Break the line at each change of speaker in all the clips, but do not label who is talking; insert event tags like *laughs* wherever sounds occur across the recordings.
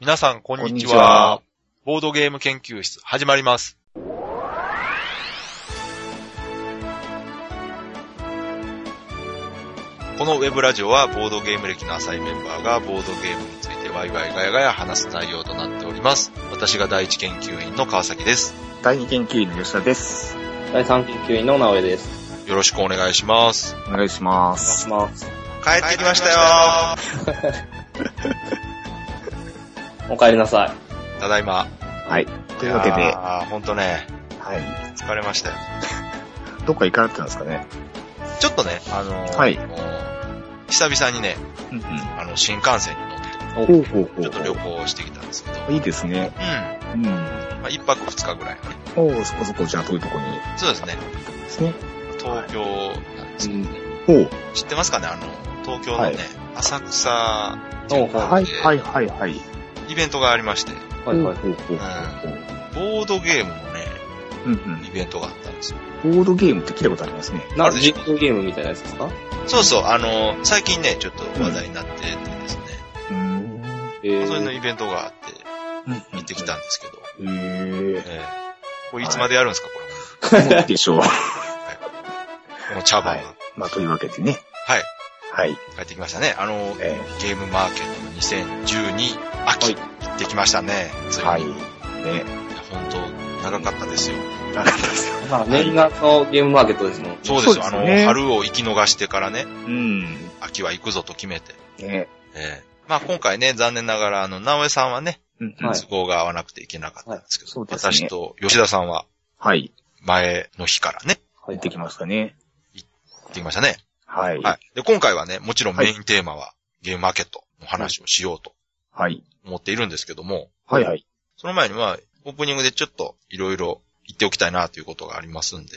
皆さん、こんにちは。
こんにちは
ボードゲーム研究室、始まります。このウェブラジオは、ボードゲーム歴の浅いメンバーが、ボードゲームについてワイワイガヤガヤ話す内容となっております。私が第一研究員の川崎です。
第二研究員の吉田です。
第3研究員の直江です。
よろしくお願いします。
お願いしま
お願い
す
し。ます。
帰ってきましたよ
お帰りなさい。
ただいま。
はい。というわけで、は
ああ、ほんとね、
い。
疲れましたよ。
どっか行かれてたんですかね。
ちょっとね、あのー
はい
もう久々にね、
うんうん。
あの、新幹線に乗って、
ほうほうほ
ちょっと旅
うほ
行してきたんですけど、
う。いいですね。
うん。ま
うん。
あ、一泊二日ぐらい。
おう、そこそこ、じゃあ遠いとこに。
そうですね。
ですね。
東京なんですけど、ね
ほう。
知ってますかねあの、東京のね、
はい
浅草
おうは
はい、はい、はい、はい。
イベントがありまして、
い。はいはい。
ほうほうほうほう。
ボードゲームのね、
うん
イベントがあったんですよ。
うん。ボードゲームって聞いたことありますね。
なんか、実況ゲームみたいなやつですか
そうそう、あの、最近ね、ちょっと話題になっててですね、
うーん。
え
それの
ー、
イベントがあって、行
行
ってきた。んですけど、
へえ。
ええこれいつまでやるんですか、これ。
そうで *laughs* しょう。
この茶番は、
はいまあ、というわけでね。
はい。
はい。
帰ってきましたね。あの、
え
ゲームマーケット2012秋、
はい
行ってきましたね。つい
ー
に
はい。
い
ね。
や本当長かったですよ。
なかったですよ。
まあ、念願のゲームマーケットですもん。
そうですよ。
そうです
あ
よ
の、
ね
春を生き逃してからね、
うん。
秋は行くぞと決めて。
ね。
ええまあ今回ね、残念ながら、あの、直江さんはね、
うんうん
はい
都合が合わなくていけなかったんですけど、
はいそうです
私
ね
と吉田さんは
はい。
前の日からね、
入
行ってきましたね。
行ってきましたね。
はい。
は。
はい
で、今回はね、もちろんメインテーマはゲームマーケットの話をしようと
い。
思っているんですけども、
はい、はい。
その前には、オープニングでちょっといろいろ言っておきたいなということがありますんで。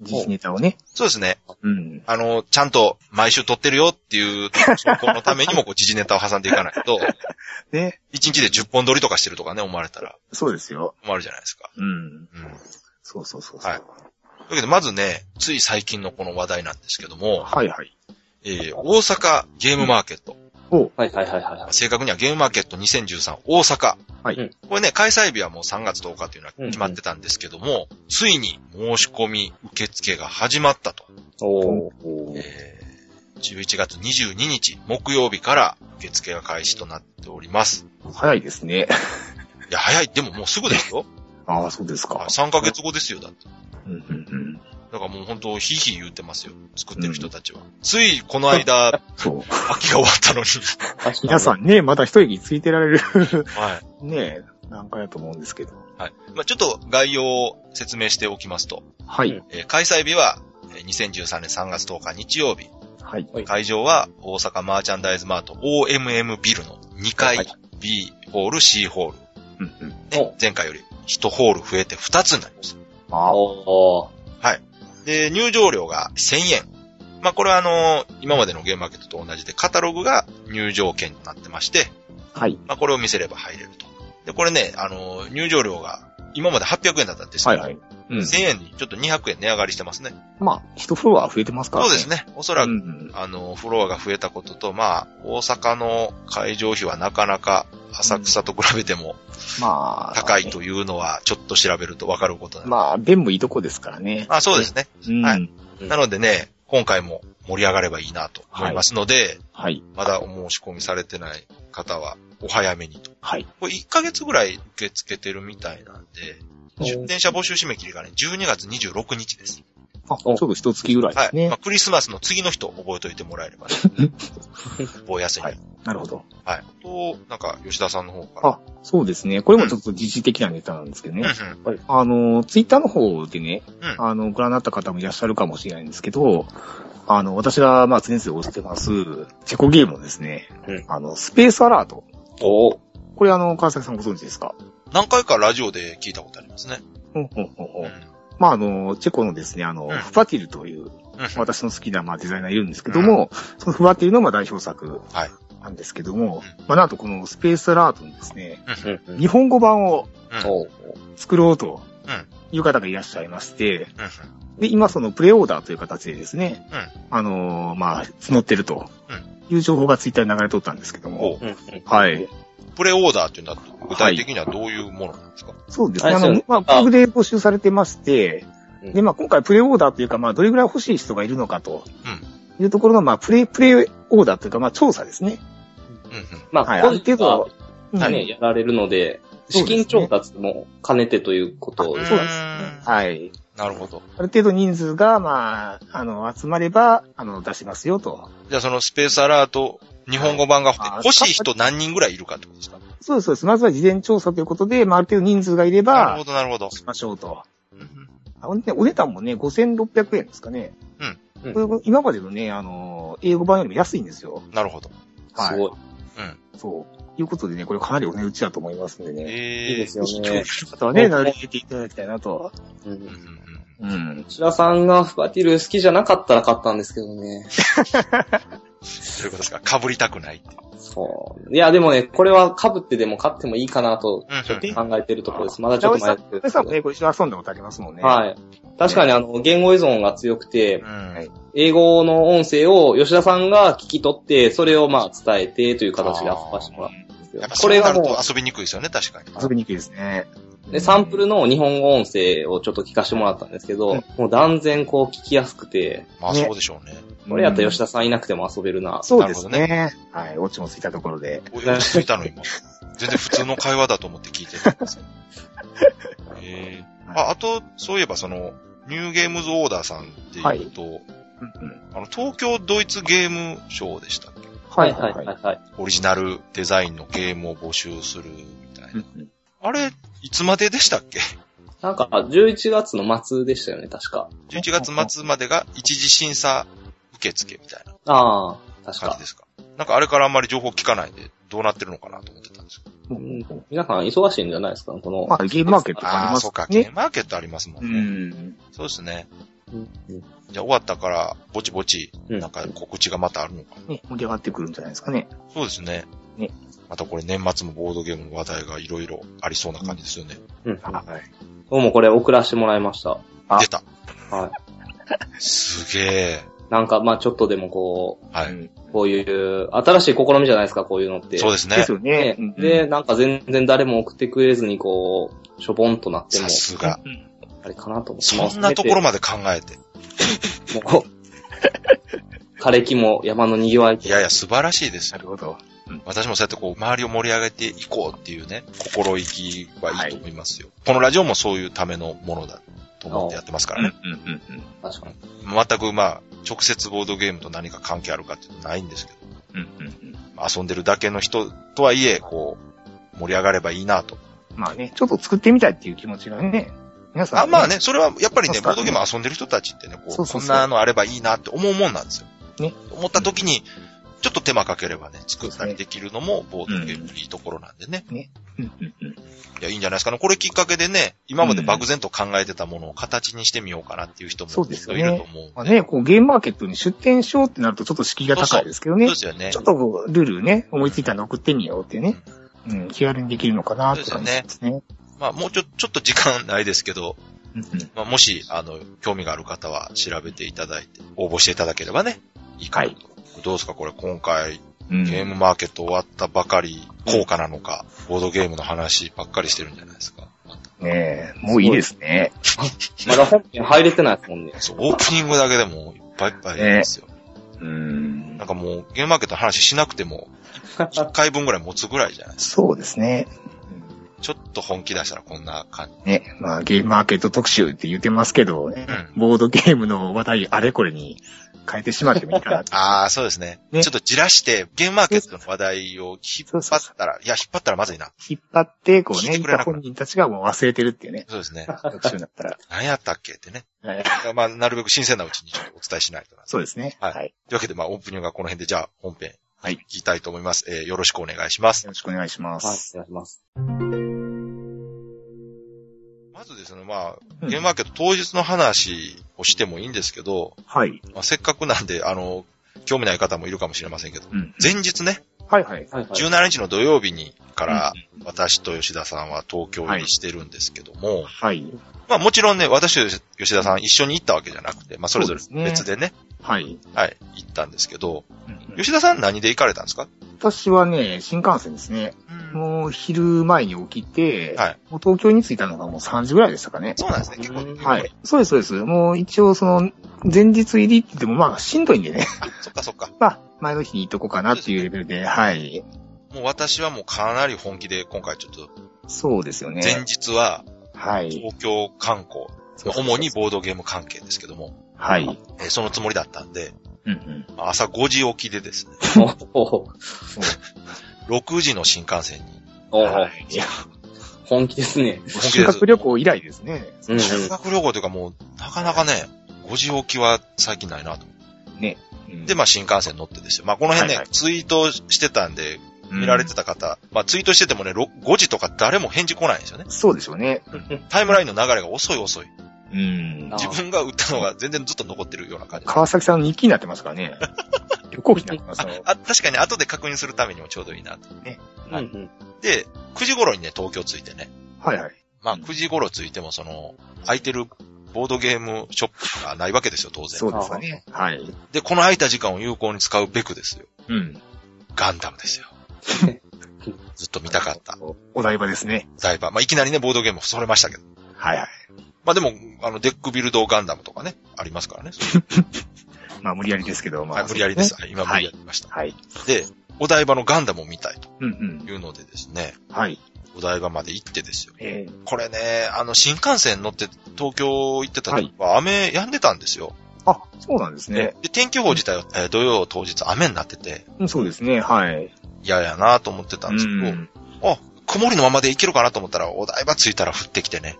時事ネタをね。
そうですね。
うん。
あの、ちゃんと毎週撮ってるよっていう、このためにもこう、時事ネタを挟んでいかないと、
ね。
一日で10本撮りとかしてるとかね、思われたら
そうですよ。
困るじゃないですか。
うん。
うん。という
そうそうそうそう。
はいわけで、まずね、つい最近のこの話題なんですけども、
はいはい。
えー、大阪ゲームマーケット。
お
はいはいはいはい。
正確にはゲームマーケット2013大阪。
はい
うん
これね、開催日はもう3月10日というのは決まってたんですけども、ついに申し込み受付が始まったと。
おー。
おー
えー11月22日木曜日から受付が開始となっております。
早いですね。 *laughs*
いや、早い。でももうすぐですよ。
ああ、 *laughs* そうですか。
3ヶ月後ですよ、だって。
うんうんうん。
だからもう本当、ひいひい言ってますよ。作ってる人たちは。ついこの間、
*laughs* そう。
秋が終わったのに。
*laughs* 皆さ
ん。
んね、まだ一息ついてられる *laughs*
はい。
ね、段階だと思うんですけど。
はい。まあちょっと概要を説明しておきますと、
は
う
い
ん。
えー開催日は、えー2013年3月10日日曜日。
はい。
会場は大阪マーチャンダイズマート OMM ビルの2階
はい
B ホール C ホール。
うんうん。
お
ね、前回より1ホール増えて2つになりました。
ああ、
おー。
で、入場料が1000円。まあ、これはあのー今までのゲームマーケットと同じで、カタログが入場券となってまして、
はい。
まあ、これを見せれば入れると。で、これね、あのー入場料が、今まで800円だったんです
は
け
い
ど、
はい。うん。
1000円にちょっと200円値上がりしてますね。
まあ、一フロア増えてますから
そうです。ね。おそら
う
く、
ん。
あのーフロアが増えたことと、まあ、大阪の会場費はなかなか浅草と比べても
まあ、
高い。というのは、ちょっと調べるとわかることなんで。ま
まあ、便もいいとこですからね。
あ、そうですね。
うん。
は
はいい。
なのでね、今回も盛り上がればいいなと思いますので、
はい。
まだお申し込みされてない方は、お早めにと。
はい。
これ1ヶ月ぐらい受け付けてるみたいなんで、
お
出店者募集締め切りがね、12月26日です。
あ、ちょうど一月ぐらいで
は
す
い。
ね
まあ、。クリスマスの次の人覚えておいてもらえればね。覚えやすい、ね。
なるほど。
はい。と、なんか、吉田さんの方から。
あ、そうですね。これもちょっと時事的なネタなんですけどね。
うんうん。
あの、ツイッターの方でね、
うん
あの、ご覧になった方もいらっしゃるかもしれないんですけど、あの、私が、まあ、常々推してます、チェコゲームのですね、
うん
あの、スペースアラート。
おー。
これ、あの、川崎さんご存知ですか
何回かラジオで聞いたことありますね。
ほんほんほんほ
うん
ん。まあ、あの、チェコのですね、あの、
うん
フバティルという、
うん
私の好きな、まあ、デザイナーいるんですけども、そのフバティルの、まあ、代表作
はい
なんですけども、
う
まあ、なんとこのスペースアラートのですね、
うんうん
日本語版を
うん。
おー。
作ろうと
うん
いう方がいらっしゃいまし
う
て、
ん
で、今そのプレオーダーという形でですね、
うん
あのーまあ、募ってるという情報がツイッターに流れとったんですけど
お
も、
うんうん
はい。
プレオーダーっていうのは、具体的にはどういうものなんですか、
そうですね。
あ
あ
そう
の、まあ、
あ
僕で募集されてまして、
うん
で、まあ、今回プレオーダーというか、まあ、どれぐらい欲しい人がいるのかと
うん、
いうところの、まあ、プレ、プレオーダーというか、まあ、調査ですね。
うんうん。
まあ、
はい、あ
個
る
人
程度は
は、ね、やられるので、資金調達も兼ねてということ
う
で
ん
す
そう
ね。
ですね。はい。
なるほど。
ある程度人数が、まあ、あの、集まれば、あの、出しますよと。
じゃあそのスペースアラート、日本語版が
あ
欲しい人何人ぐらいいるかってことですか
そうです、そうです。まずは事前調査ということで、まあ、ある程度人数がいれ
なる
ば
ほ、ど、なるほど。
しましょうと。
うんうん
あほんでお値段もね、5600円ですかね。
うん
これ今までのね、あの、英語版よりも安いんですよ。
なるほど。
はい
すごい。
そう。いうことでね、これかなりお値打ちだと思いますんでね。
え
いいですよ
興味あ
ね。
る方はね、なるべく入れていただきたいなと。
う
うん
ん
うんうん
うん。
白さんがフカティル好きじゃなかったら買ったんですけどね。
そういうことですか。被りたくないっていう。
そう。いや、でもね、これは被ってでも買ってもいいかなと、
うんうん
ちょっと考えてるところです。まだちょっと迷
さ
っ
ん、
て
直
るんで
江
す
さん
けど
も。ね、ご一緒に遊んだことありますもんね。
はい。確かにあの、言語依存が強くて
う、ん
はい
英語の音声を吉田さんが聞き取って、それをまあ伝えてという形で遊ばしてもらったんですよ
やっぱ。
こ
そう
れ
な
が
る
も
と遊びにくいですよね、確かに。
遊びにくいですね。
う、で、サンプルの日本語音声をちょっと聞かせてもらったんですけど、
うん
もう断然こう聞きやすくて、
まあそうでしょうね。
これやったら吉
田
田さんいなくても遊べるな。
そうです
な
ね。はい。オチもついたところで。
お落ち着いたの今。全然普通の会話だと思って聞いてたんですよ。ええあ、あと、そういえばその、ニューゲームズオーダーさんっていうと、
うんうん
あの、東京ドイツゲームショーでしたっけ
はいはいはい。
はい。
オリジナルデザインのゲームを募集するみたいな。
うんうん
あれ、いつまででしたっけ
なんか、11月の末でしたよね、確か。
11月末までが一時審査受付みたいな
ああ、確
感じ
か。
ですか。なんかあれからあんまり情報聞かないんで、どうなってるのかなと思ってたんですけど。
うん皆さん忙しいんじゃないですか、この。
まあ、ゲームマーケットがあ
あ
り
あー、
ま
そ
す
うか、ゲー
ね。
ムマーケットありますも
うん
ね。
ん。
そうですね。
うん
じゃあ終わったから、ぼちぼち、
うん
なんか告知がまたあるのか。
ね、盛り上がってくるんじゃないですかね。
そうですね。
ね
またこれ年末もボードゲームの話題がいろいろありそうな感じですよね。
うん。ど
はい。
うもこれ送らせてもらいました。
あ
出た。
はい。
すげえ。
なんか、まあちょっとでもこ
は
う
い。
ん
う、こういう、新しい試みじゃないですか、こういうのって。
そう
で
です
で
ね
す。よね。うん
で、、なんか全然誰も送ってくれずに、こう、しょぼんとなっても
さ、すが。
あれかなと思って。
そんなところ
も
まで考えて。
う。もう枯れ木も山の賑わい。
いやいや、素晴らしいです
な
よ。
るほど。
私もそうやってこう、周りを盛り上げていこうっていうね、心意気はいいと思いますよ。このラジオもそういうためのものだと思ってやってますからね。
うんうんうん
確かに。
全くまあ、直接ボードゲームと何か関係あるかっていうのはないんですけど、
うんうん
まあ遊んでるだけの人とはいえ、こう、盛り上がればいいなと。
うんまあね、ちょっと作ってみたいっていう気持ちがね、皆さん。
あまあ。ね、それはやっぱりね、
そう
ボ
そう
ードゲーム遊んでる人たちってね、こ、
そううそ
こ
うそ
ん
う
なのあればいいなって思うもんなんですよ。
ね。
思った時に、ちょっと手間かければね、作ったりできるのも、ボードゲームのいいところなんでね。
うんうんうん
いや、いいんじゃないですかね。これきっかけでね、今まで漠然と考えてたものを形にしてみようかなっていう人も
そうですよね
いると思うんで。
まあね、こうゲームマーケットに出店しようってなるとちょっと敷居が高いですけど
そう
ね
で。すよね。
ちょっとこうルールね、思いついたの送ってみようっていうね。うん、気軽にできるのかなって感じですね。
まあ、もうちょ、ちょっと時間ないですけど、
うんうん
まあ、もし、あの、興味がある方は調べていただいて、応募していただければね、いいかなと。どうですかこれ今回、
うん
ゲームマーケット終わったばかり、効果なのか、ボードゲームの話ばっかりしてるんじゃないです
*laughs*
か。
ねえ、もういいですね。
まだ本編入れてないですもんね。
そう、オープニングだけでもいっぱいいっぱいですよ。
うん
なん。かもう、ゲームマーケットの話しなくても、1回分ぐらい持つぐらいじゃないですか
そうですね。
ちょっと本気出したらこんな感じ。
ね、まあゲームマーケット特集って言ってますけど、ねボードゲームの話題あれこれに変えてしまってもいいかなって
ああ、そうですね
ね
ちょっとじらして、ゲームマーケットの話題を引っ張ったら、いや、引っ張ったらまずいな。
引っ張って、こう
聞い
ね、
て
い
くれ
た
なくなる
本人たちがもう忘れてるっ
*laughs*
ていうね、
そうですね。
特集になったら。
何やったっけってね。
はい
まあ、なるべく新鮮なうちにちょっとお伝えしないとな。
そうですね。
はい
はい。よ
というわけで、まあ、オープニングはこの辺で、じゃあ、本編、
はい
いきたいと思います。えーよろしくお願いします。
ろしくお願いしま
はい、
す。
お願いします。
まずですね、まあ、
うん
ゲームマーケット当日の話をしてもいいんですけど、
はい。
まあ、せっかくなんで、あの、興味ない方もいるかもしれませんけど、
うん
前日ね、
はいはい。
はいはい。
17日の土曜日にから、私と吉田さんは東京入りしてるんですけども、
はい。
まあもちろんね、私と吉田さん一緒に行ったわけじゃなくて、まあそれぞれ
そうですね
別でね、
はい。
はい、行ったんですけど、
うん
吉田さん何で行かれたんですか
私はね、新幹線ですね。
うーん
もう昼前に起きて、
はい
もう東京に着いたのがもう3時ぐらいでしたかね。
そうなんですね。結構。
は。い。そうです、そうです。もう一応その、前日入りって言ってもまあしんどいんでね。 *laughs*
そっかそっか。
まあ、前の日に行っとこうかなっていうレベルで、はい。
もう私はもうかなり本気で今回ちょっと、
そうですよね。
前日は
はい。
東京観光、
そうそうそう
主にボードゲーム関係ですけども、
はい。
えーそのつもりだったんで、
うんうん。
朝5時起きでですね、
*laughs* おー
6時の新幹線に、
おー
はいいや
本気ですね。
本気
修
です
学旅行以来ですね。
うんうん
修学旅行というかもう、なかなかね、5時起きは最近ないなと。
ね。うん
で、まあ新幹線乗ってですよ。まあこの辺ね、
はいは
ツイートしてたんで、見られてた方、まあツイートしててもね、ろ5時とか誰も返事来ないんですよね。
そうでしょうね。
タイムラインの流れが遅い遅い。
うん
あー
自分が打ったのが全然ずっと残ってるような感じ。
川崎さんの日記になってますから
*laughs*
ね。旅行費になってますよ。
あ、確かに後で確認するためにもちょうどいいなと。
うんうん
で、9時頃にね、東京着いてね。
はいはい。
まあ、
うん
9時頃着いても、その、空いてるボードゲームショップがないわけですよ、当
そ
然。
うですよね。はい。
で、この空いた時間を有効に使うべくですよ。
うん。
ガンダム
*laughs*
ですよ。ずっと見たかった。
お台場ですね。
お台場。まあ、いきなりね、ボードゲームそれましたけど。
はいはい。
まあ、でも、あの、デックビルドガンダムとかね、ありますからね。
まあ無理やりですけど、ま
はい
あ。
無理やりです。
ね。
はい今無理やりました。
はい。
で、お台場のガンダムを見たい
うんう
と
ん。
いうのでですね、
はい。
お台場まで行ってですよ。
えー
これね、あの、新幹線乗って東京行ってた時は雨止んでたんですよ。
あ、そうなんですね。
で、天気予報自体は、えー土曜当日雨になってて、
うんそうですね。はい。
嫌やなと思ってたんですけど、
うん
あ、曇りのままで行けるかなと思ったら、お台場着いたら降ってきてね、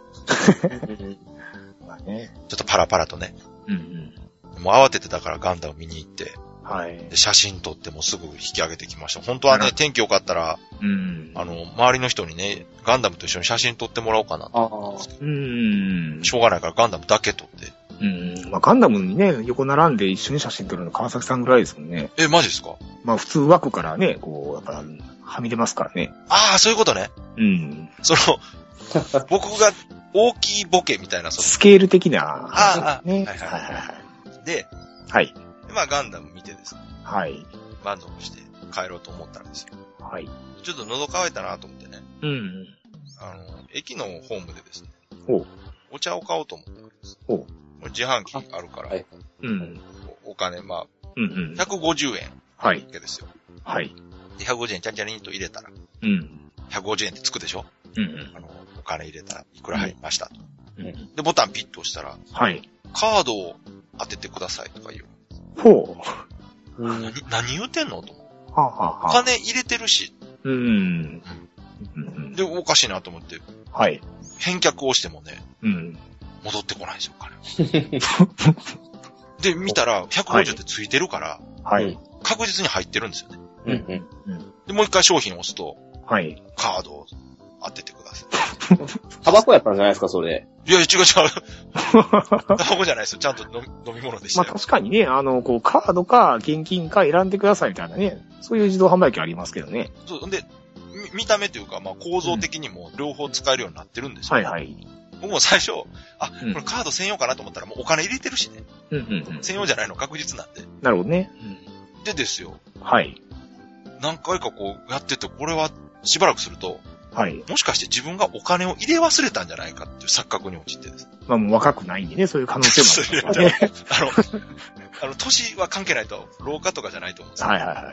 まあね。
ちょっとパラパラとね、
うんうん。
もう慌ててだからガンダム見に行って、
はい
で。写真撮ってもうすぐ引き上げてきました。本当は
な
ね
る、
天気良かったら、
うん。
あ、の、周りの人にね、ガンダムと一緒に写真撮ってもらおうかなと。
あー
うん。
しょうがないからガンダムだけ撮って。
うん。まあガンダムにね、横並んで一緒に写真撮るの川崎さんぐらいですもんね。
え、マジですか
まあ普通枠からね、こう、やっぱ、はみ出ますからね。
ああ、そういうことね。
うん。
そ
*laughs*
の、僕が大きいボケみたいな、そ
スケール的な
あ
話 *laughs* ですね。
ああの、で、
はい
でまあガンダム見てですね、
はい。はい。
満足して帰ろうと思ったんですよ。
はい。
ちょっと喉乾いたなと思ってね、
うん。
あの、駅のホームでですね、
ほう。
お茶を買おうと思ったんです。
ほう。
これ自販機あるから、
はい
うん。
おお金、ま
うんう
あ、
ん。
150円
は
だ
い。
けですよ。
はい。
で、150円ちゃんちゃりんと入れたら、
うん。
150円ってつくでしょ
うん
あの、お金入れたらいくら入りましたと。
うん。うん。
で、ボタンピッと押したら、
はい。
カードを当ててくださいとか言う。
ほう。
うん
何、何言うてんのと思って。
はあ、は
お
あはあ、
金入れてるし、
うん。うんうん
で、おかしいなと思って、
はい。
返却をしてもね、
うん。
戻ってこないんですよ、お金。 *laughs* で、見たら、150ってついてるから、
はい。
確実に入ってるんですよね。
うんうん
で、もう一回商品を押すと、
はい。
カードを当ててくださ
タバコやったんじゃないですか、それ。
い。いや、違う *laughs* 違う。タバコじゃないですよ。ちゃんと飲み飲み物でし
まあ
たよ。
確かにね、あの、こう、カードか現金か選んでくださいみたいなね、そういう自動販売機ありますけどね。
そうで、み見た目というか、まあ、構造的にも両方使えるようになってるんですよ。
はいはい。
僕も最初、あ、こ
うん
れカード専用かなと思ったら、もうお金入れてるしね。
うんうんうん。
専用じゃないの確実なんで。
なるほどね。
でですよ、
はい。
何回かこうやってて、これはしばらくすると、
はい。
もしかして自分がお金を入れ忘れたんじゃないかっていう錯覚に陥ってです。
まあもう若くないんでね、そういう可能性もありますからね。
*laughs* あの、あの、年は関係ないと、老化とかじゃないと思うんですよ
はいはいは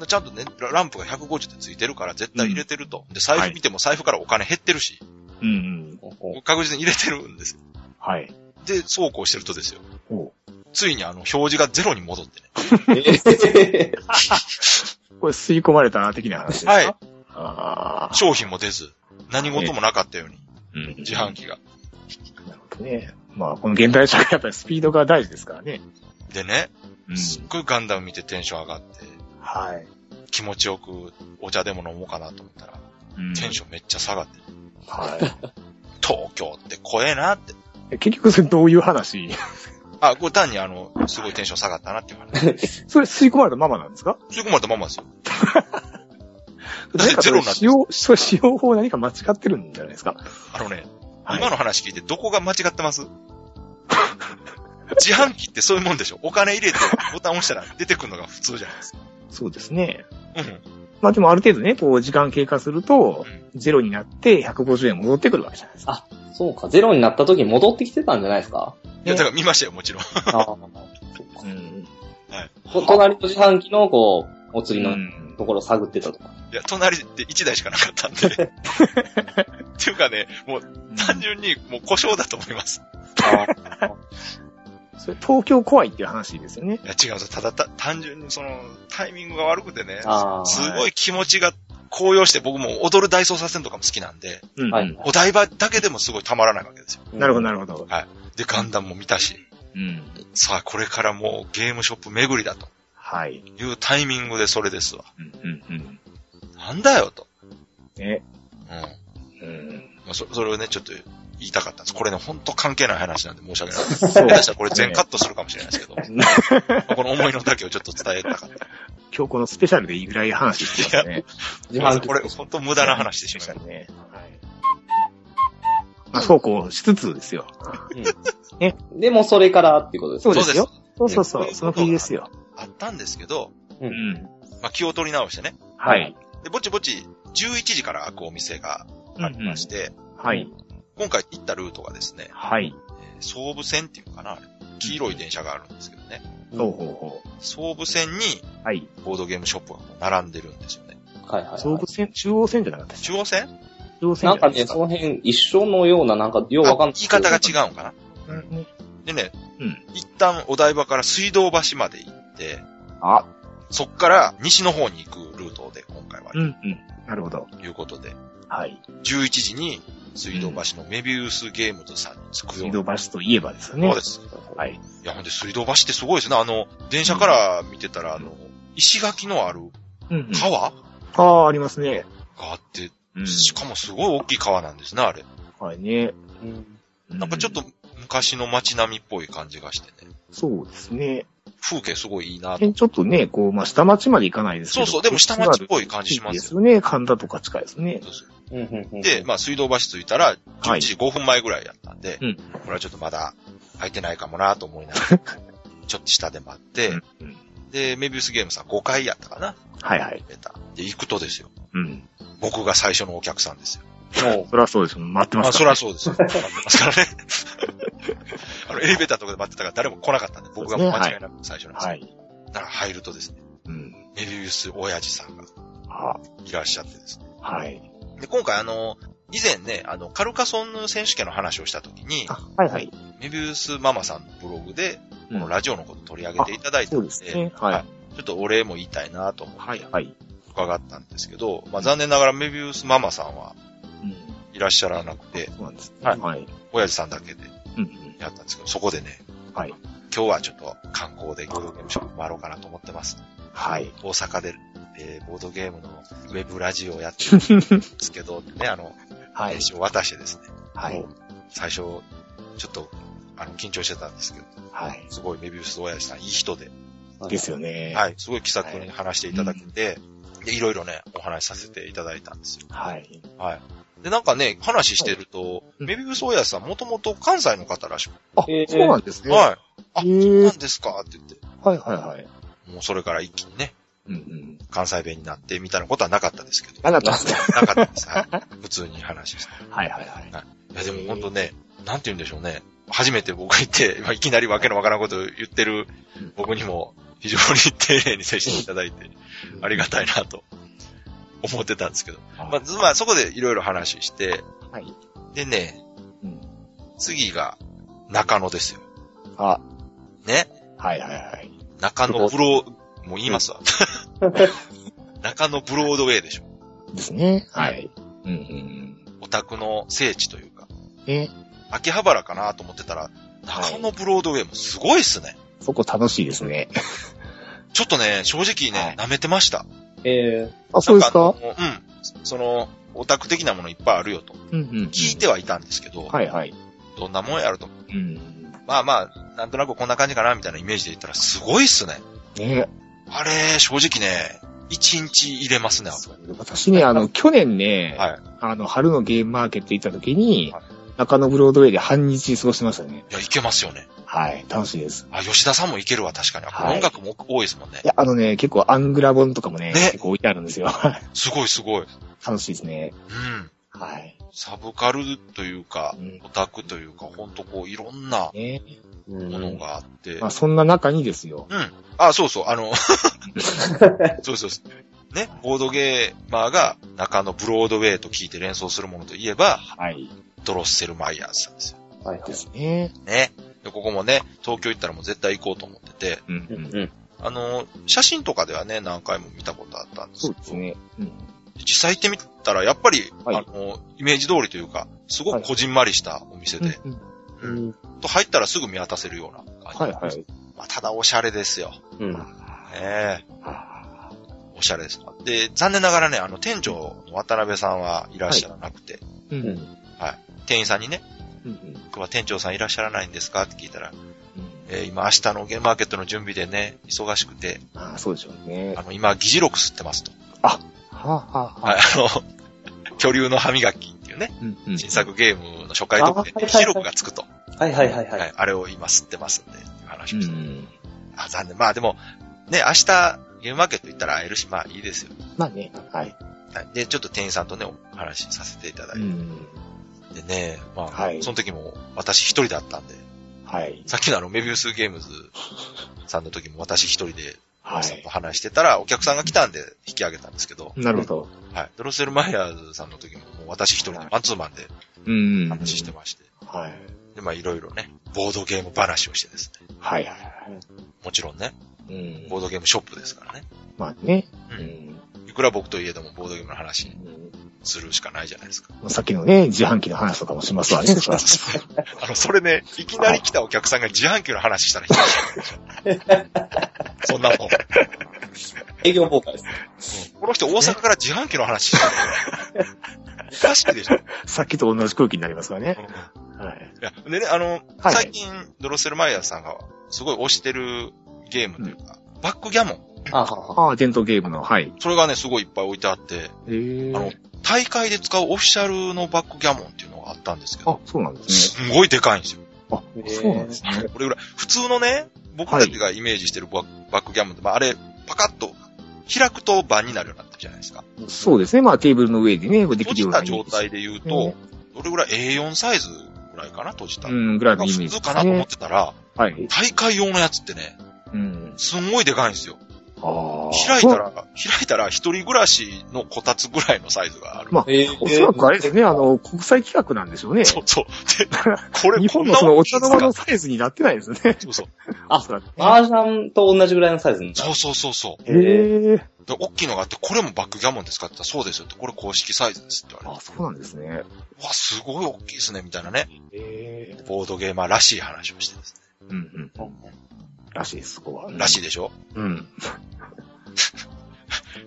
い。
ちゃんとね、ラランプが150ってついてるから絶対入れてると。で、財布見ても財布からお金減ってるし、
うんうん。
確実に入れてるんですよ。
はい。
で、そうこうしてるとですよ。
おう
ついにあの、表示がゼロに戻ってね。
え
これ吸い込まれたな的な話ですか
はい。
ああ。
商品も出ず、何事もなかったように、
うん
自販機が。
なるほどね。まあ、この現代社会やっぱりスピードが大事ですからね。
でね、
う
すっごいガンダム見てテンション上がって、
はい。
気持ちよくお茶でも飲もうかなと思ったら、テンシ
ョン。
ョンめっちゃ下がって、
は
東京って怖えなって。
い。結局、それどういう話 *laughs*
あ、これ単にあの、すごいテンション下がったなっていう話。
それ吸い込まれたままなんですか
吸い込まれたまんまですよ。だっ
何
て
か
ゼ
そ
ロ
れ
になって
使用、それ使用法何か間違ってるんじゃないですか
あのね、
はい
今の話聞いてどこが間違ってます自販機ってそういうもんでしょお金入れてボタン押したら出てくるのが普通じゃないですか。
そうですね。
うん。
まあでもある程度ね、こう時間経過すると、ゼロになって150円戻ってくるわけじゃないですか。
そうか、ゼロになった時に戻ってきてたんじゃないですか
いや、だから見ましたよ、もちろん。
ああ、そっか
うん。
と隣の自販機の、こう、お釣り
う
の
ん。
ところを探ってたとか。
いや、隣って1台しかなかったんで。っていうかね、もう単純にもう故障だと思います。
それ東京怖いっていう話ですよね。
いや、違うんですよただた、単純にその、タイミングが悪くてね、
ああ。
すごい気持ちが高揚して、僕も踊る大捜査線とかも好きなんで、
うん。
はい。
お台場だけでもすごいたまらないわけですよ。
なるほど、な
ど。
るほど。
で、ガンダムも見たし、
うん。
さあ、これからもうゲームショップ巡りだと
はい。
いうタイミングでそれですわ。
うん、うん、うん。
なんだよ、と。
ね。
うん。
うん。
まあ、そそれをね、ちょっと言いたかったんです。これね、本当関係ない話なんで申し訳ない。下
そう
手したらこれ全カットするかもしれないですけど、
*laughs* ね
この思いのだけをちょっと伝えたかった。
今日このスペシャルでいいぐらい話してますね。
自販機。
これ本当 *laughs* 無駄な話でしまいました。
ね。はい。まあ、そうこうしつつですよ。
でもそれからっていうことです
そ
ね
うですよ。そう
う
そ
で
う
す
そう。その冬ですよ。
あったんですけど、
う。
うんん。
まあ、気を取り直してね。
はい。
で、ぼちぼち11時から開くお店がありまして、
はい。
今回行ったルートがですね、
はい。
えー総武線っていうのかなあれ黄色い電車があるんですけどね。
ほうほうほ
総武線に
う。はい。
ボードゲームショップがもう並んでるんですよね。
はいはいはい。
総武線、中央線じゃなかったです
中央線
中央線
な
じゃな
んか
いで
ね、
すか。
その辺一緒のような、なんかようわかんない
あ言い方が違うんかな
うん
でね、
うん
一旦お台場から水道橋まで行って、
あ、
そっから西の方に行くルートで今回は
うんうん。なるほど。
ということで、
はい。
11時に水道橋のメビウスゲームズさんに着くよう
水
な。
道橋といえばですよね。
そうです。
はい。
いや、ほんで水道橋ってすごいですね。あの、電車から見てたら、あの、石垣のある
うん、うん。
川が
ああ、ありますね。
あって、
うん。
しかもすごい大きい川なんですね、あれ。
はいね。
うん
な
なんかちょっと、昔の街並みっぽい感じがしてね。
そうですね。
風景すごいいいなと。
ちょっとね、こう、まあ、下町まで行かないですけ
そ
ど。
うそう、でも下町っぽい感じしま
ですす
よ。
よね。神田とか近いですね。
そうそう
うんうんうん
で、まあ水道橋着いたら、
は
11
い
時5分前ぐらいやったんで、
うん
これはちょっとまだ空いてないかもなと思いながら、ちょっと下で待って、
うんうん
で、メビウスゲームさん5回やったかな、
はいはい。
出た。で、行くとですよ。
うん。
僕が最初のお客さんですよ。
も
そりゃそうですよ。待って
ま
ま
あ、そ
すか
り
ら。
ゃそうですよ。待ってますからね。 *laughs* あの、エレベーターとかで待ってたから誰も来なかったんで、僕がもう間違いなく最初なんですよ。
はい。
だから入るとですね、
うん。
メビウス親父さんが
あ
いらっしゃってですね。
はい。
で、今回あの、以前ね、あの、カルカソンヌ選手権の話をしたときに、
あ、はいはい。
メビウスママさんのブログで、このラジオのこと取り上げていただいた
そ
の
う
で、
です
ち
ね。はい。
ょっとお礼も言いたいなと思っ
はい
て
はい。
伺ったんですけど、まあ残念ながらメビウスママさんは
うん。
いらっしゃらなくて、
そうなんです。
はい
はい。
親父さんだけで
うんうん。
やったんですけど、そこでね、
はい。
今日はちょっと観光でボードゲームショップ回ろうかなと思ってます。
はい。
大阪で、えーボードゲームのウェブラジオをやってるんですけど、
*laughs*
ね、あの、
はい
名。刺を渡してですね、
はい。
最初、ちょっと、あの、緊張してたんですけど、
はい。
すごいメビウス親父さんいい人で、
う、
ですよね。
はい、すごい気さくに話していただけて、で、いろいろね、お話しさせていただいたんですよ。
はい。
はい。で、なんかね、話してると、
うん
メビウス親父さんもともと関西の方らしく
あ
え、ー
そうなんですね。
はい。あ、
へー
なんですかって言って、
はいはいはい。
もうそれから一気にね、
うんうん。
関西弁になってみたいなことはなかったです
*laughs*
けど、
なかったんですね。
なかったです。はい。普通に話して。
はいはいはい。
いや、でも本当ね、なんて言うんでしょうね。初めて僕行って、 *laughs* まあいきなりわけのわからんことを言ってる僕にも非常に丁寧に接していただいて、ありがたいなと思ってたんですけど。まあ、ずまあそこでいろいろ話して、
はい。
でね、
うん
次が中野ですよ。
あ、
ね。
はいはいはい。
中野ブロー、もう言いますわ。中野ブロードウェイでしょ。
ですね。はい。うんうん
オタクの聖地というか、
うん。ね。
秋葉原かなと思ってたら、中野ブロードウェイもすごいっすね。
そこ楽しいですね。
ちょっとね、正直
は
ね
い、
舐めてました。
*laughs* えー
あ、そうですか
なんかあのうん。その、オタク的なものいっぱいあるよと。
うんうん。
聞いてはいたんですけど、
はいはい。
どんなもんやると。
うん。
まあまあ、なんとなくこんな感じかな、みたいなイメージで言ったら、すごいっすね。
ね
あれ、正直ね、1日入れますね、
私ね、あの、去年ね、
はい
あの、春のゲームマーケット行った時に、
はい
中野ブロードウェイで半日過ごしてましたね。
いや、いけますよね。
はい。楽しいです。
あ、吉田さんもいけるわ、確かに。あこれ
はい
音楽も多いですもんね
い。や、あのね、結構アングラ本とかもね、
ね
結構置いてあるんですよ。 *laughs*
すごいすごい。
楽しいですね。
うん。
はい。
サブカルというか
う、ん
オタクというか、ほんとこう、いろんな
ね
う
もの
ん。
があって
まあ、。そんな中にですよ。
うん。あ、そうそう、あの、 *laughs* そうそうそう。ね、ボードゲーマーが中野ブロードウェイと聞いて連想するものといえば、
はい。
ドロッセルマイヤーズさんですよ。
はいは
で
い。
すね。
ね。でここもね、東京行ったらもう絶対行こうと思ってて、
うん、
う
うんん。
うん。
あの、写真とかではね、何回も見たことあったんです
そう
け
です
ど、
ね。うん。
実際行ってみたら、やっぱり、
はい
あの、イメージ通りというか、すごくこじんまりしたお店で、
うんうん
うんと入ったらすぐ見渡せるような感じ。
はい、はい。
まあ、ただおしゃれですよ。
うん。
ねえ
は
おしゃれです。で、残念ながらね、あの、店長の渡辺さんはいらっしゃらなくて、
い。う。
うんん。
店員さんにね、
うん。
僕は店長さんいらっしゃらないんですかって聞いたら、えー今明日のゲームマーケットの準備でね、忙しくて、
ああ、そうでしょうね。
あの、今、議事録吸ってますと。
はあ、はあ、
はい、
い。
あの、恐竜の *laughs* 歯磨きっていうね、
うん、うん。
新作ゲームの初回特典
あはいはいは
で
い
議事録がつくと。
はいはいはいは。
はいい、あれを今吸ってますんで、話
う
をして、
ん。
あ、残念。まあでも、ね、明日、ゲームマーケット行ったら会えるし、まあいいですよ。
まあね、はい。
はい。で、ちょっと店員さんとね、お話しさせていただい
うん。
てね、まあ、
はい
その時も私一人だったんで、
はい。
さっきのあの、メビウスゲームズさんの時も私一人で、
は
さん
い
と。話してたら、お客さんが来たんで引き上げたんですけど、
なるほど。
はい。ドロッセルマイヤーズさんの時も、もう私一人でマンツーマンで
うん。
話してまして、
はい。
で、まあいろいろね、ボードゲーム話をしてですね。
はい、はい。
もちろんね、
うん。
ボードゲームショップですからね。
まあね。
う。
うんん。
いくら僕といえどもボードゲームの話するしかないじゃない
*laughs*
ですか。
さっきのね、自販機の話とかもしますわね。そら
あの、それね、いきなり来たお客さんが自販機の話したらひどい
*laughs*
そんなもん。うん
営業妨害です。
この人大阪から自販機の話してる。おかしいでしょ。
*laughs* さっきと同じ空気になりますからね。はい。
いや、でね、あの、
はい
最近、ドロッセルマイヤーさんがすごい推してるゲームというか、バックギャモン。
あはは。
ああ、伝統ゲームの、はい。
それがね、すごいいっぱい置いてあって、
ええ
あの、大会で使うオフィシャルのバックギャモンっていうのがあったんですけ
あ
ど、、
そうなんですね。
すんごいでかいんですよ。
あ、
へー
そうなんですね。
*laughs* これぐらい。普通のね、僕たちがイメージしてるバックバックギャモンって、まあ、あれ、パカッと開くと盤になるようになってるじゃないですか。
そうですね。まあ、テーブルの上でね、で
閉
きるよ
じ
うな
た
イメ
状
ージです
態で言うと、どれぐらい A4 サイズぐらいかな、閉じた。
うん、ぐらいのイメージ
普
です
通
ね。
かなと思ってたら、
はい。
大会用のやつってね、
うん。
すんごいでかいんですよ。
ああ。
開いたら、開いたら一人暮らしのこたつぐらいのサイズがある。
まあ
え
おそらくあれですね、あ、の、国際企画なんでしょうね。
そうそう。で、これ
日
こ
本
ん
の
な
その
大
お
きい
茶
んで
の
す
間
か
のサイズになってないですよね。
そうそう。
おそらくね
マージャンと同じぐらいのサイズにな
そうそうそうそう。
へえ。
で、大きいのがあって、これもバックギャモンですかって言ったら、そうですよって、これ公式サイズですって言われ
あ、
て、
そうなんですね。
うわ、すごい大きいですね、みたいなね、
ええ。
ボードゲーマーらしい話をしてです
うんうん。らしいです、そこは。
ね。らし
い。
いでしょ
うん。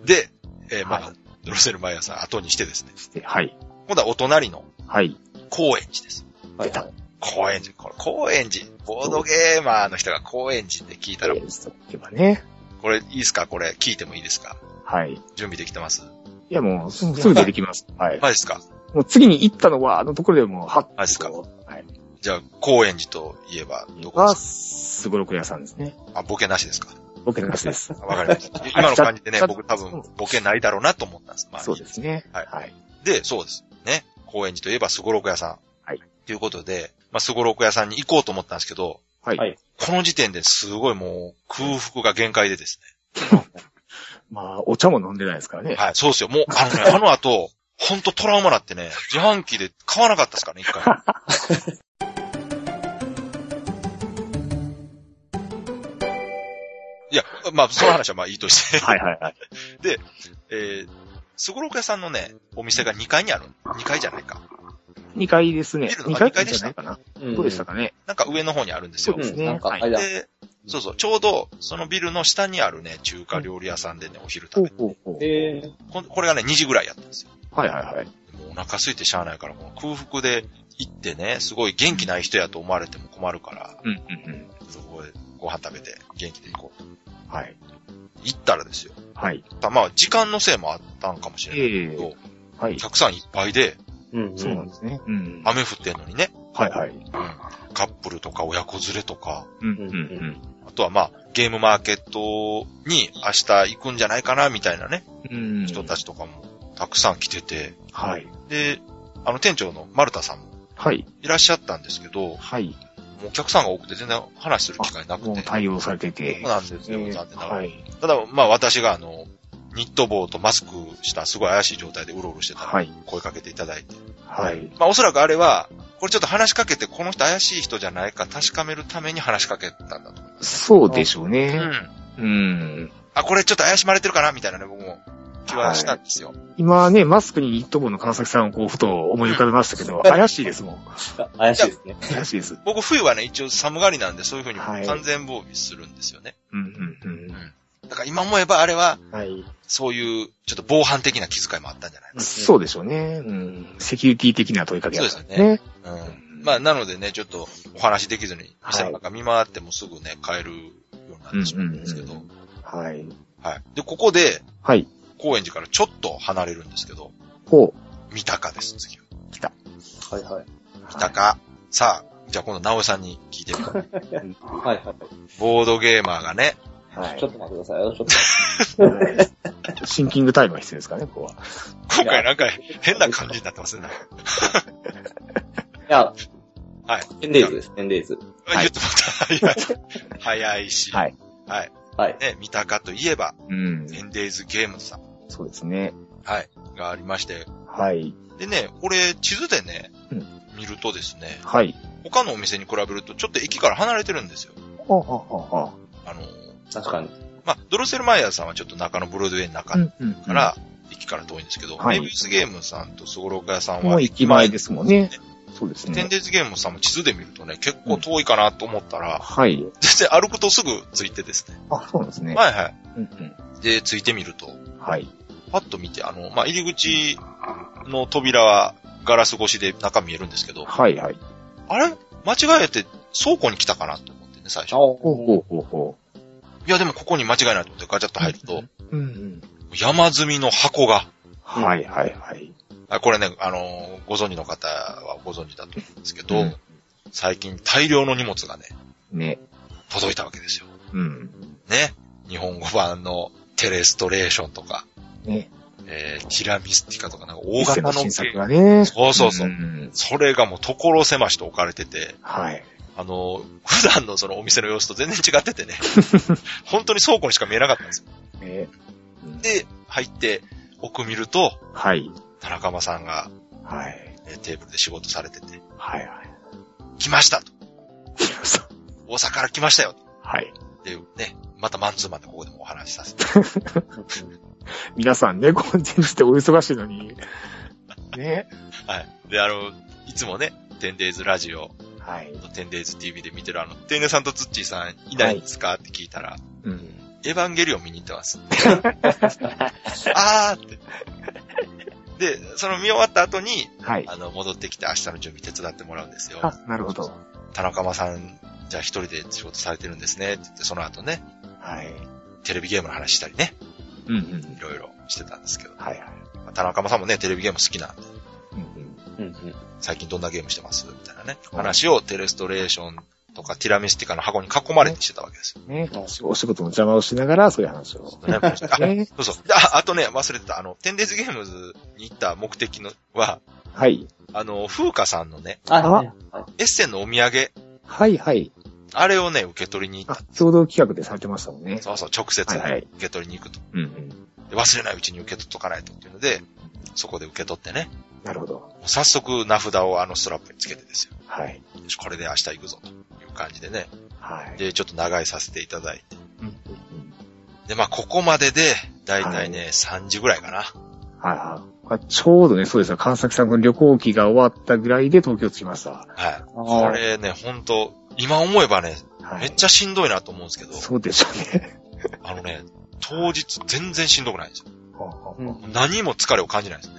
で、えーまあ、
は
ドロセルマイヤーさん後にしてですね、
してはい。
今度はお隣の
はい。
高円寺です。
はいは
高円寺、これ、高円寺、ボードゲーマーの人が高円寺って聞いたら、
けばね。
これいいですかこれ聞いてもいいですか
はい。い
準備できてます
や、もう、すぐすぐ出てきます。はい。
マジですか
もう次に行ったのは、あのところでもう、はっと
マジっすか
はい。
じゃあ、高円寺といえば、どこで
が、
す
すごろく屋さんですね。
かあ、ボケなしですか
僕の話です。
あわかりま
*laughs*
した。今の感じでね
ち、ゃんと
僕多分、ボケないだろうなと思ったんです。まあ、
そうですね。
はい
はい。
で、そうです。ね。高円寺といえばすごろく屋さん。
はい。
ということで、まあ、すごろく屋さんに行こうと思ったんですけど、
はい。
はい
この時点ですごいもう空腹が限界でです
まあ、お茶も飲んでないですからね。
ね。はい、そうですよ。もう、あの
*laughs*
ね、あの後、ほんとトラウマなってね、自販機で買わなかったですからね、一回。 *laughs* いや、まあ、その話はまあいいとして。
*laughs* はいはいはい。
えー、すごろく屋さんのね、お店が2階にある。2階じゃないか。
2階ですね
ビル。のあ
2
二
階
階で
じ
し
ゃ
た
ないかな。
い。
どうでした
か
かね。
なんか上の方にあるんですよ。
そうですね
なんか、
はい
間。
で、そうそう、ちょうど、そのビルの下にあるね、中華料理屋さんでね、お昼食
ほ
べ
うほうほう。
えー、
こんこれがね、2時ぐらいやったんですよ。
はいはいはい。
もうお腹空いてしゃあないから、この空腹で行ってね、すごい元気ない人やと思われても困るから、
うんうんうん。
そこでご飯食べて元気で行こうと。
はい。
行ったらですよ。
はい。
たまあ、時間のせいもあったんかもしれないけど、
はい
お。客さんいっぱいで、
うん、うん。
そうなんですね。うん。
雨降ってんのにね、
はいはい。
カップルとか親子連れとか、
うん
うん
あとはまあ、ゲームマーケットに明日行くんじゃないかな、みたいなね、
うん。うん。
人たちとかもたくさん来てて、
はい。
で、あの店長の丸田さんも
はい。
いらっしゃったんですけど、も
はい。
うお客さんが多くて全然話する機会なく
もう
て、
対応されてて。
そうなんですよ
えー
残念ながら
はい。
ただまあ私があの、ニット帽とマスクしたすごい怪しい状態でうろうろしてた
は
ら
い。
声かけていただいて、
はい。
まあおそらくあれは、これちょっと話しかけてこの人怪しい人じゃないか確かめるために話しかけたんだと思います。
そうでしょう
う
ね。
ん。
うん。
あ、これちょっと怪しまれてるかなみたいなね、僕も気はしたんですよ。
今ね、マスクにニット帽の川崎さんをこう、ふと思い浮かべましたけど、怪しいですもん。
あ怪しいですね。
怪しいです。
僕冬はね、一応寒がりなんでそういう風に
はい
完全防備するんですよね。
うん、うん、
だから今思えばあれは、
うん。はい。
そういうちょっと防犯的な気遣いもあったんじゃない
そうでしょうね。うん。セキュリティ的な問いかけだったんですね。
うんまあ、なのでね、ちょっとお話できずに、
はい
店の中見回ってもすぐね、買えるようになってしまうんですけど、
うんうんはい。
はい。で、ここで、
はい。
高円寺からちょっと離れるんですけど、
ほう。
三鷹です、次は。
はいはい。
三鷹。さあ、じゃあ今度、直江さんに聞いてみよう。
はいはい。
ボードゲーマーがね、
はい
ちょっと待ってくださいよ。ちょっと。
はいシンキングタイムが必要ですかね、ここは。
今回なんか変な感じになってますね。
いや、
はい。
10 days です、10 days。
あ言ってもらった。早い。早いし。
はい。
はい。
はい。
ね、三鷹といえば、
うん。
エンデイズゲームズさん。
そうですね。
はい。がありまして。
はい。
でね、これ、地図でね
う、
見るとですね、
はい。
他のお店に比べると、ちょっと駅から離れてるんですよ。
はははは。
あの、
確かに。
まあ、ドロセルマイヤーさんはちょっと中野ブロードウェイの中か
うん。
ら、駅から遠いんですけど、
はい
メイビウスゲームさんとスゴロク屋さん
も
は
う駅前ですもんね。そうです
テン
ね。
デイズゲームさんも地図で見るとね、結構遠いかなと思ったら、
はい。
全然歩くとすぐ着いてですね。
あ、そうなんですね。
はいは
うん
い。で、着いてみると、
うんはい。
パッと見て、あの、まあ、入り口の扉はガラス越しで中見えるんですけど、
はいはい。
あれ間違えて倉庫に来たかなと思ってね、最初。
お
ほうほうほうほ
いや、でもここに間違いないと思ってガチャッと入ると、
う。うんうん。
山積みの箱が、
はいはいはい。
あこれね、あのーご存知の方はご存知だと思うんですけど、
うん
最近大量の荷物がね、
ね。
届いたわけですよ。
うん。
ね。日本語版のテレストレーションとか、
ね。
えー、ティラミスティカとかなんか大型の
新作
ゲーム
がね。
そうそうそう。
ん
それがもう所狭しと置かれてて、
はい。
あのー普段のそのお店の様子と全然違ってて
*laughs*
ね、本当に倉庫にしか見えなかったんですよ。
ね
で、入って奥見ると、
はい。
田中間さんが、
はい。
えーテーブルで仕事されてて、
はいはい。
来ましたと。
そう
大阪から来ましたよ。
はい。
で、ね、またマンツーマンでここでもお話しさせて。 *laughs*
皆さんね、こう、全してお忙しいのに。ね。
はい。で、あの、いつもね、テンデイズラジオ、
はい。
テンデイズ TV で見てるあの、テンデさんとツッチーさんいないんですか、って聞いたら、
うん。
エヴァンゲリオン見に行ってます。あーって。で、その見終わった後に、
はい。
あの、戻ってきて明日の準備手伝ってもらうんですよ。
あ、なるほど。
田中間さん、じゃあ一人で仕事されてるんですね。って言って、その後ね、
はい。
テレビゲームの話したりね、
うんうん
い。ろいろしてたんですけど。
はいはい。
まあ田中間さんもね、テレビゲーム好きなんで、
うんうん。
うんうん。
最近どんなゲームしてますみたいなね。
うん
話をテレストレーションとかティラミスティカの箱に囲まれてしてたわけですよ。
ね。お仕事の邪魔をしながら、そういう話を。
*laughs* ねあ
ね。
そうそう。であ、あとね、忘れてた。あの、テンデイズゲームズに行った目的のは、
はい。
あの、風花さんのね、
あ、
あ
はいはい。
エッセンのお土産、
はいはい。
あれをね、受け取りに行っ
あ
た。、
共同企画でされてましたもんね。
そうそう、直接
はいはい
ね受け取りに行くと。
うんうん。
で忘れないうちに受け取っとかないとっていうので、そこで受け取ってね、
なるほど。
もう早速名札をあのストラップにつけてですよ。
はい。
よし、これで明日行くぞという感じでね。
はい。
で、ちょっと長いさせていただいて。
うんうん
で、まあ、ここまでで、だいたいね、3時ぐらいかな。
うんはいはいまあ。ちょうどね、そうですよ。川崎さんの旅行期が終わったぐらいで東京着きました。
はい。こ
あー
れね、ほんと、今思えばね、
はい。
めっちゃしんどいなと思うんですけど、
そうでしょうね。
あのね、当日全然しんどくないんですよ。
はあはあ
うん
は
何も疲れを感じないですね。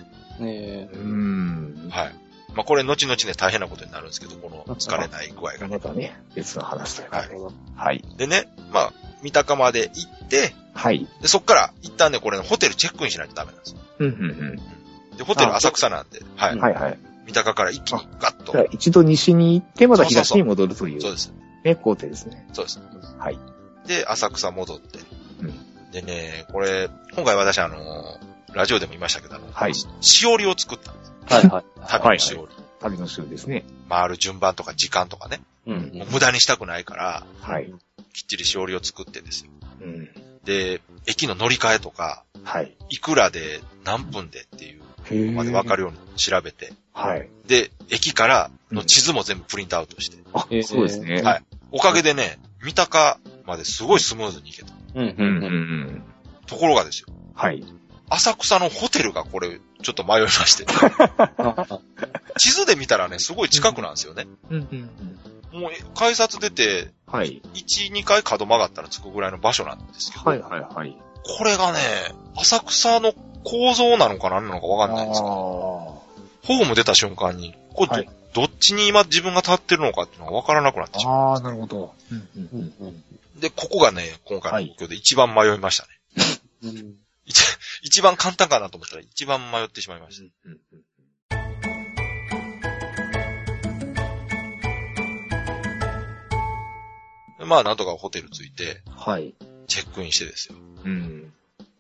ね
あうーん。
はい。まあ、これ後々ね、大変なことになるんですけど、この疲れない具合がね。
またね、別の話という
え。な
か。
るほど。
はい。
でね、まあ、三鷹まで行って、
はい。
でそっから一旦ね、これね、ホテルチェックインしないとダメなんですよ。
うんうんうん。
で、ホテル浅草なんで、は
う
い
ん。
はいはい。
三鷹から一気にガッと
じゃ。あ一度西に行って、また東に戻るという
そうです。
ね、工程ですね。
そうです。
はい。
で、浅草戻って。
う
でね、これ、今回私あの、ラジオでも言いましたけど、あの
はい
しおりを作ったんです。
はいはい。
旅のしおり。
旅の州ですね。
回る順番とか時間とかね。
うん
もう無駄にしたくないから、
はい。
きっちりしおりを作ってですよ。
うん。
で、駅の乗り換えとか、
はい。
いくらで何分でっていう
へえ
のまでわかるように調べて、
はい。
で、駅からの地図も全部プリントアウトして、
あ
えー、
そうですね。
はいおかげでね、三鷹まですごいスムーズに行けた。
うん
う
うんん
うんう
うん。
ん。
ところがですよ、
はい。
浅草のホテルがこれ、ちょっと迷いま
*laughs*
して、地図で見たらね、すごい近くなんですよね。
うんうんうん。
もう、改札出て、
はい。
1、2回角曲がったら着くぐらいの場所なんですけど、
はいはいはい。
これがね、浅草の構造なのか何なのかわかんないんですけど、
あ
ホーム出た瞬間に、これど、
はい
どっちに今自分が立ってるのかっていうのがわからなくなってしま
あー、なるほど。うんうん
う。で、ここがね、今回の東京で一番迷いましたね。一一番簡単かなと思ったら一番迷ってしまいました。
うんうん
でまあ、なんとかホテル着いて、
はい。
チェックインしてですよ。
うん。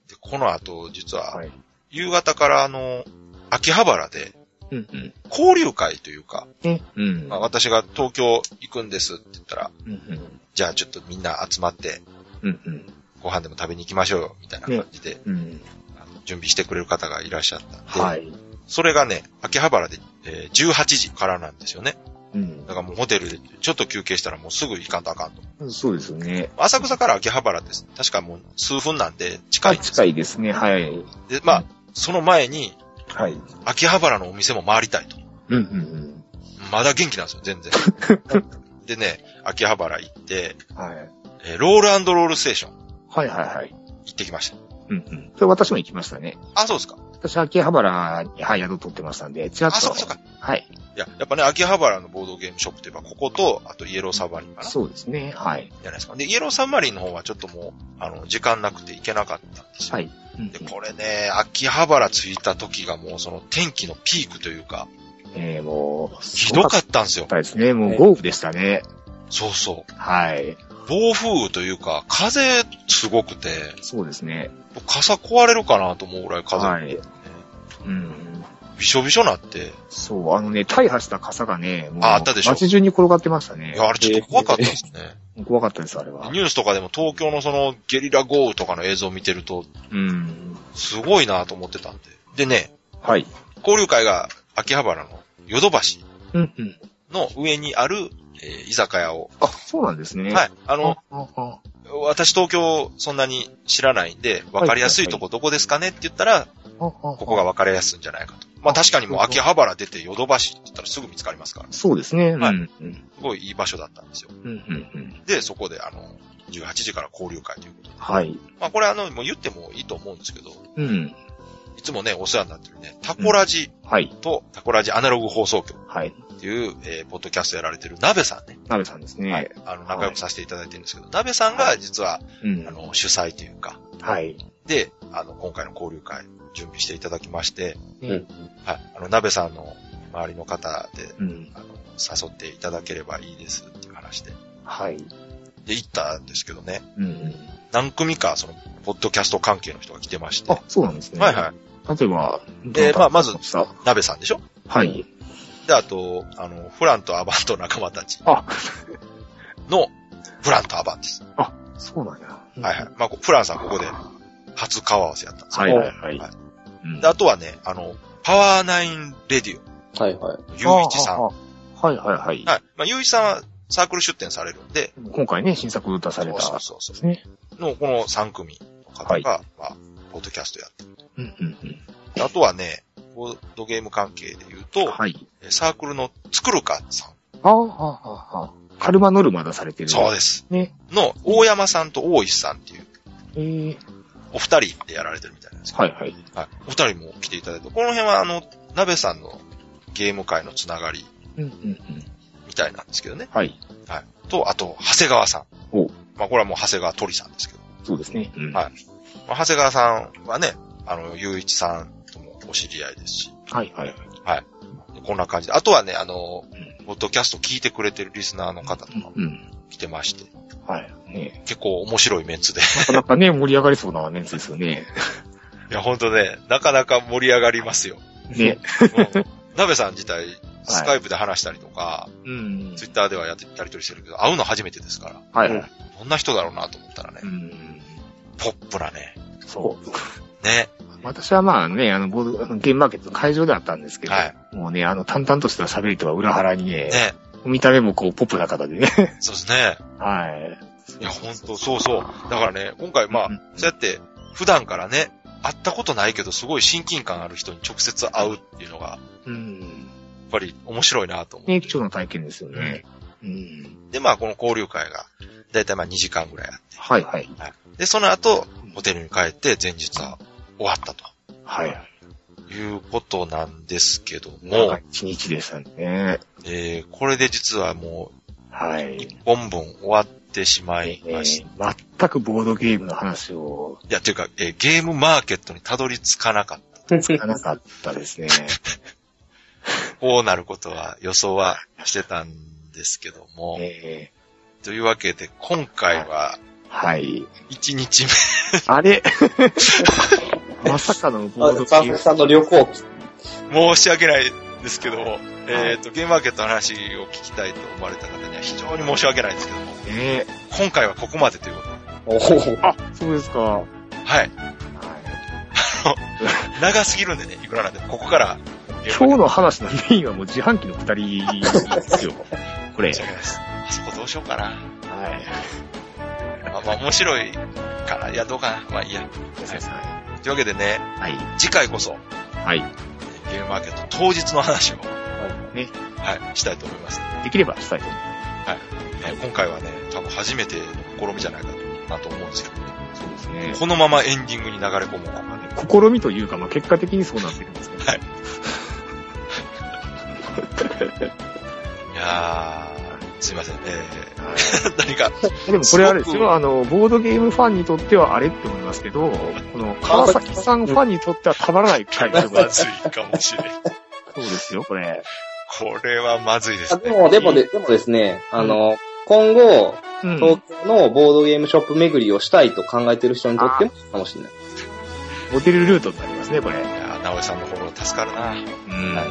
で、この後、実は、
はい。
夕方からあの、秋葉原で、
うんうん。
交流会というか、
ね。うん。
まあ、私が東京行くんですって言ったら、
うんうん。
じゃあちょっとみんな集まって、
うんうん。
ご飯でも食べに行きましょうよ、みたいな感じで、
うん。
あの準備してくれる方がいらっしゃったんで、
はい。
それがね、秋葉原で、えー18時からなんですよね。
うん
だ。からもうホテルでちょっと休憩したらもうすぐ行かんとあかんと。
そうですね。
浅草から秋葉原です。確かもう数分なんで近い
あ
んです。
近いですね。はい。
で、まあ、その前に、
はい。
秋葉原のお店も回りたいと。
うんうん
まだ元気なんですよ、全 *laughs* 然。でね、秋葉原行って、
うん。はい。
えーロールロールステーション
はいはいはい。
行ってきました。
うんうん。それ私も行きましたね。
あ、そうですか。
私、秋葉原に、はい、宿取ってましたんで、ちら
あ、
っと。
そうかそうか。
はい。
いや、やっぱね、秋葉原のボードゲームショップといえば、ここと、あとイエローサマリンかなじ
そうですね。はい。
ゃないですか。で、イエローサマリンの方はちょっともう、あの、時間なくて行けなかったんですよ。
はい。うん
で、これね、秋葉原着いた時がもうその天気のピークというか、
えー、もう、
ひどか
っ
ったんですよ。
たですね。もう豪雨でしたね。
そうそう。
はい。
暴風雨というか、風すごくて、
そうですね。
傘壊れるかなと思うぐらい風、
はい。うん。
びしょびしょなって、
そう、あのね、大破した傘がね、もう
ああったでしょ
街中に転がってました
い
ね。
や、あれちょっと怖かったですね。
怖かったです、あれは。
ニュースとかでも東京のそのゲリラ豪雨とかの映像を見てると、
うん。
すごいなと思ってたんで。でね、
はい。
交流会が秋葉原のヨドバシ
うんうん。
の上にある、えー居酒屋を。
あ、そうなんですね。。
はいい。あの、
あ
私東京そんなに知らないんで、わかりやすいとこどこですかねって言ったら、こ
こ
こが。わかりやすいんじゃないかと。まあ確かにもう秋葉原出てヨドバシって言ったらすぐ見つかりますから、
そうですね。うん
はい
うん。
すごいいい場所だったんですよ。
うんうんうん。
で、そこであの、18時から交流会ということで。
はい。
まあこれあの、もう言ってもいいと思うんですけど、
うん。
いつもね、お世話になってるね、タコラジ
はい。
とタコラジアナログ放送局
はい。
っていう、えーポッドキャストやられてる鍋さんね。
なべさんですね。
はい。あの、仲良くさせていただいてるんですけど、鍋さんが実は、
うん
あ。の、主催というか、
はい。
で、あの、今回の交流会、準備していただきまして、
うん。
はい、あの、鍋さんの周りの方で、
うん。
あの、誘っていただければいいですっていう話で、
はい。
で、行ったんですけどね、
うん。
何組か、その、ポッドキャスト関係の人が来てまして、
あ、そうなんですね。。
はいはい
例えば、
でまあまず
さ
い、鍋さんでしょ
はい。
で、あと、あの、フランとアバンと仲間たち
あ、
の、フランとアバンです。
そうなんや。
はいはい。まあ、こフランさんここで初顔合わせやったんですよ
はいはいはい
は
うん
で、あとはね、あの、パワーナインレディ
はいはい。
オ、ゆういちさん。
あ
は
ああはいはいはい
い。。まあ、ゆういちさんはサークル出展されるんで、
今回ね、新作出された。
そうそうそうそ
ですね。
う。の、この3組の方が、
はい
まあ、ポッドキャストやって
うんうん
であとはね、ボードゲーム関係で言う
うん。
と、
はい。
サークルのつくるかさん。
ああ、はあ、はあ。カルマノルマ出されてる。
そう
す。
です。
ね。
の、大山さんと大石さんっていう、
ええ。
お二人でやられてるみたいなんですけど、
はいはい。
はい。お二人も来ていただいて、この辺はあの、鍋さんのゲーム界のつながり
うんうんうん。
みたいなんですけどね。
はい。
はい。と、あと、長谷川さん。
お
まあ、これはもう長谷川鳥さんですけど。
そうですね。うん
はいまあ、長谷川さんはね、あの、ゆういちさんともお知り合いですし。
はいはい。
こんな感じで。あとはね、あの、ポッドキャスト聞いてくれてるリスナーの方とかも
うん。
来てまして、
はい。ね
結構面白いメンツで。 *laughs*
なかなかね、 *laughs* 盛り上がりそうなメンツですよね。
いや、ほんとね、なかなか盛り上がります
*laughs*
よ。
ね。
うん鍋さん自体、スカイプで話したりとか、
うん
ツイッターではやってやりとりしてるけど、会うの初めてですから、
はいはい。
どんな人だろうなと思ったらね
う、ん。
ポップなね、
そう。
ね、
私はまあね、あの、ボード、あのゲームマーケットの会場であったんですけど、
は
もうね、あの、淡々とした喋りとは裏腹にね、
ね、
見た目もこう、ポップな方でね。
そうですね。
はい
や、ほんと、そうそう。だからね、今回まあ
うん、
そうやって、普段からね、会ったことないけど、すごい親近感ある人に直接会うっていうのが、や
い。うん。
っぱり面白いなと思
ね、
う。
貴重な体験ですよね。うん。
で、まあ、この交流会が、だいたいまあ2時間ぐらいあっ
はいはい。
て。で、その後、ホテルに帰って、前日は終わったと
はい。
いうことなんですけど
もう
も、
一日でしたね。
えー、これで実はも
は
う、
い。
1本分終わってしまい
え
ました。
ー全くボードゲームの話を
いや、というか、えーゲームマーケットにたどり着かなかった。
聞かなかったで
*laughs*
すね。
こうなることは予想はしてたんですけども、
え
というわけで、今回は
ーはい。
1日
あ
*laughs*
れまさかのボード
あ、サ
ゲー
ン
ム。
さんの旅行
目、申し訳ないですけども、えっ、と、ゲームマーケットの話を聞きたいと思われた方には非常に申し訳ないですけども、
ね
今回はここまでということで
おー
あ、そうですか。は
はい。
い
長すぎるんでね、いくらなんでも、ここから、
今日の話のメインはもう自販機の二人 *laughs* ですよ。これ
申し。訳ないです。あそこどうしようかな。
はい。
まあ、まあ、面白いかな。いや、どうかな。まあ、いいや。
は
というわけでね、
い。
次回こそ、
はい。
ゲームマーケット当日の話を、
はい
はい、したいと思います。
できればしたいと思いま
えー今回はね、多分初めての試みじゃないかなと思うんですけど、
す。そうですね。
このままエンディングに流れ込もうかな。
試みというか、まあ、結果的にそうなってるんですけど。
はいいやー、すいません。え
はい
ー、 *laughs* 何か、
でもこれあれです
すごく
よ、あの、ボードゲームファンにとってはあれって思いますけど、この川崎さんファンにとってはたまらない回答
ま
が、そ
ずいかもしれん。
うですよ、これ。
これはまずいです
あ
ね。
でも、でもで、でもですね、あの、今後、
うん。ボ
東京のボードゲームショップ巡りをしたいと考えてる人にとってもかもしれない。
テルルートになりますね、これ。
いやー、直江さんのフォロー助かるな。
うん
はい。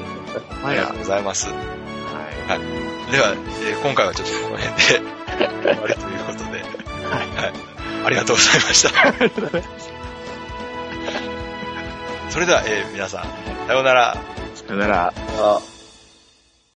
あ
は
り
い
がとうございます。で
は
は、えー今回はちょっとこの辺で終わりということで、はい、ありがとうございました。それでは、えー皆さん、さようなら。
い。さよなら。
あ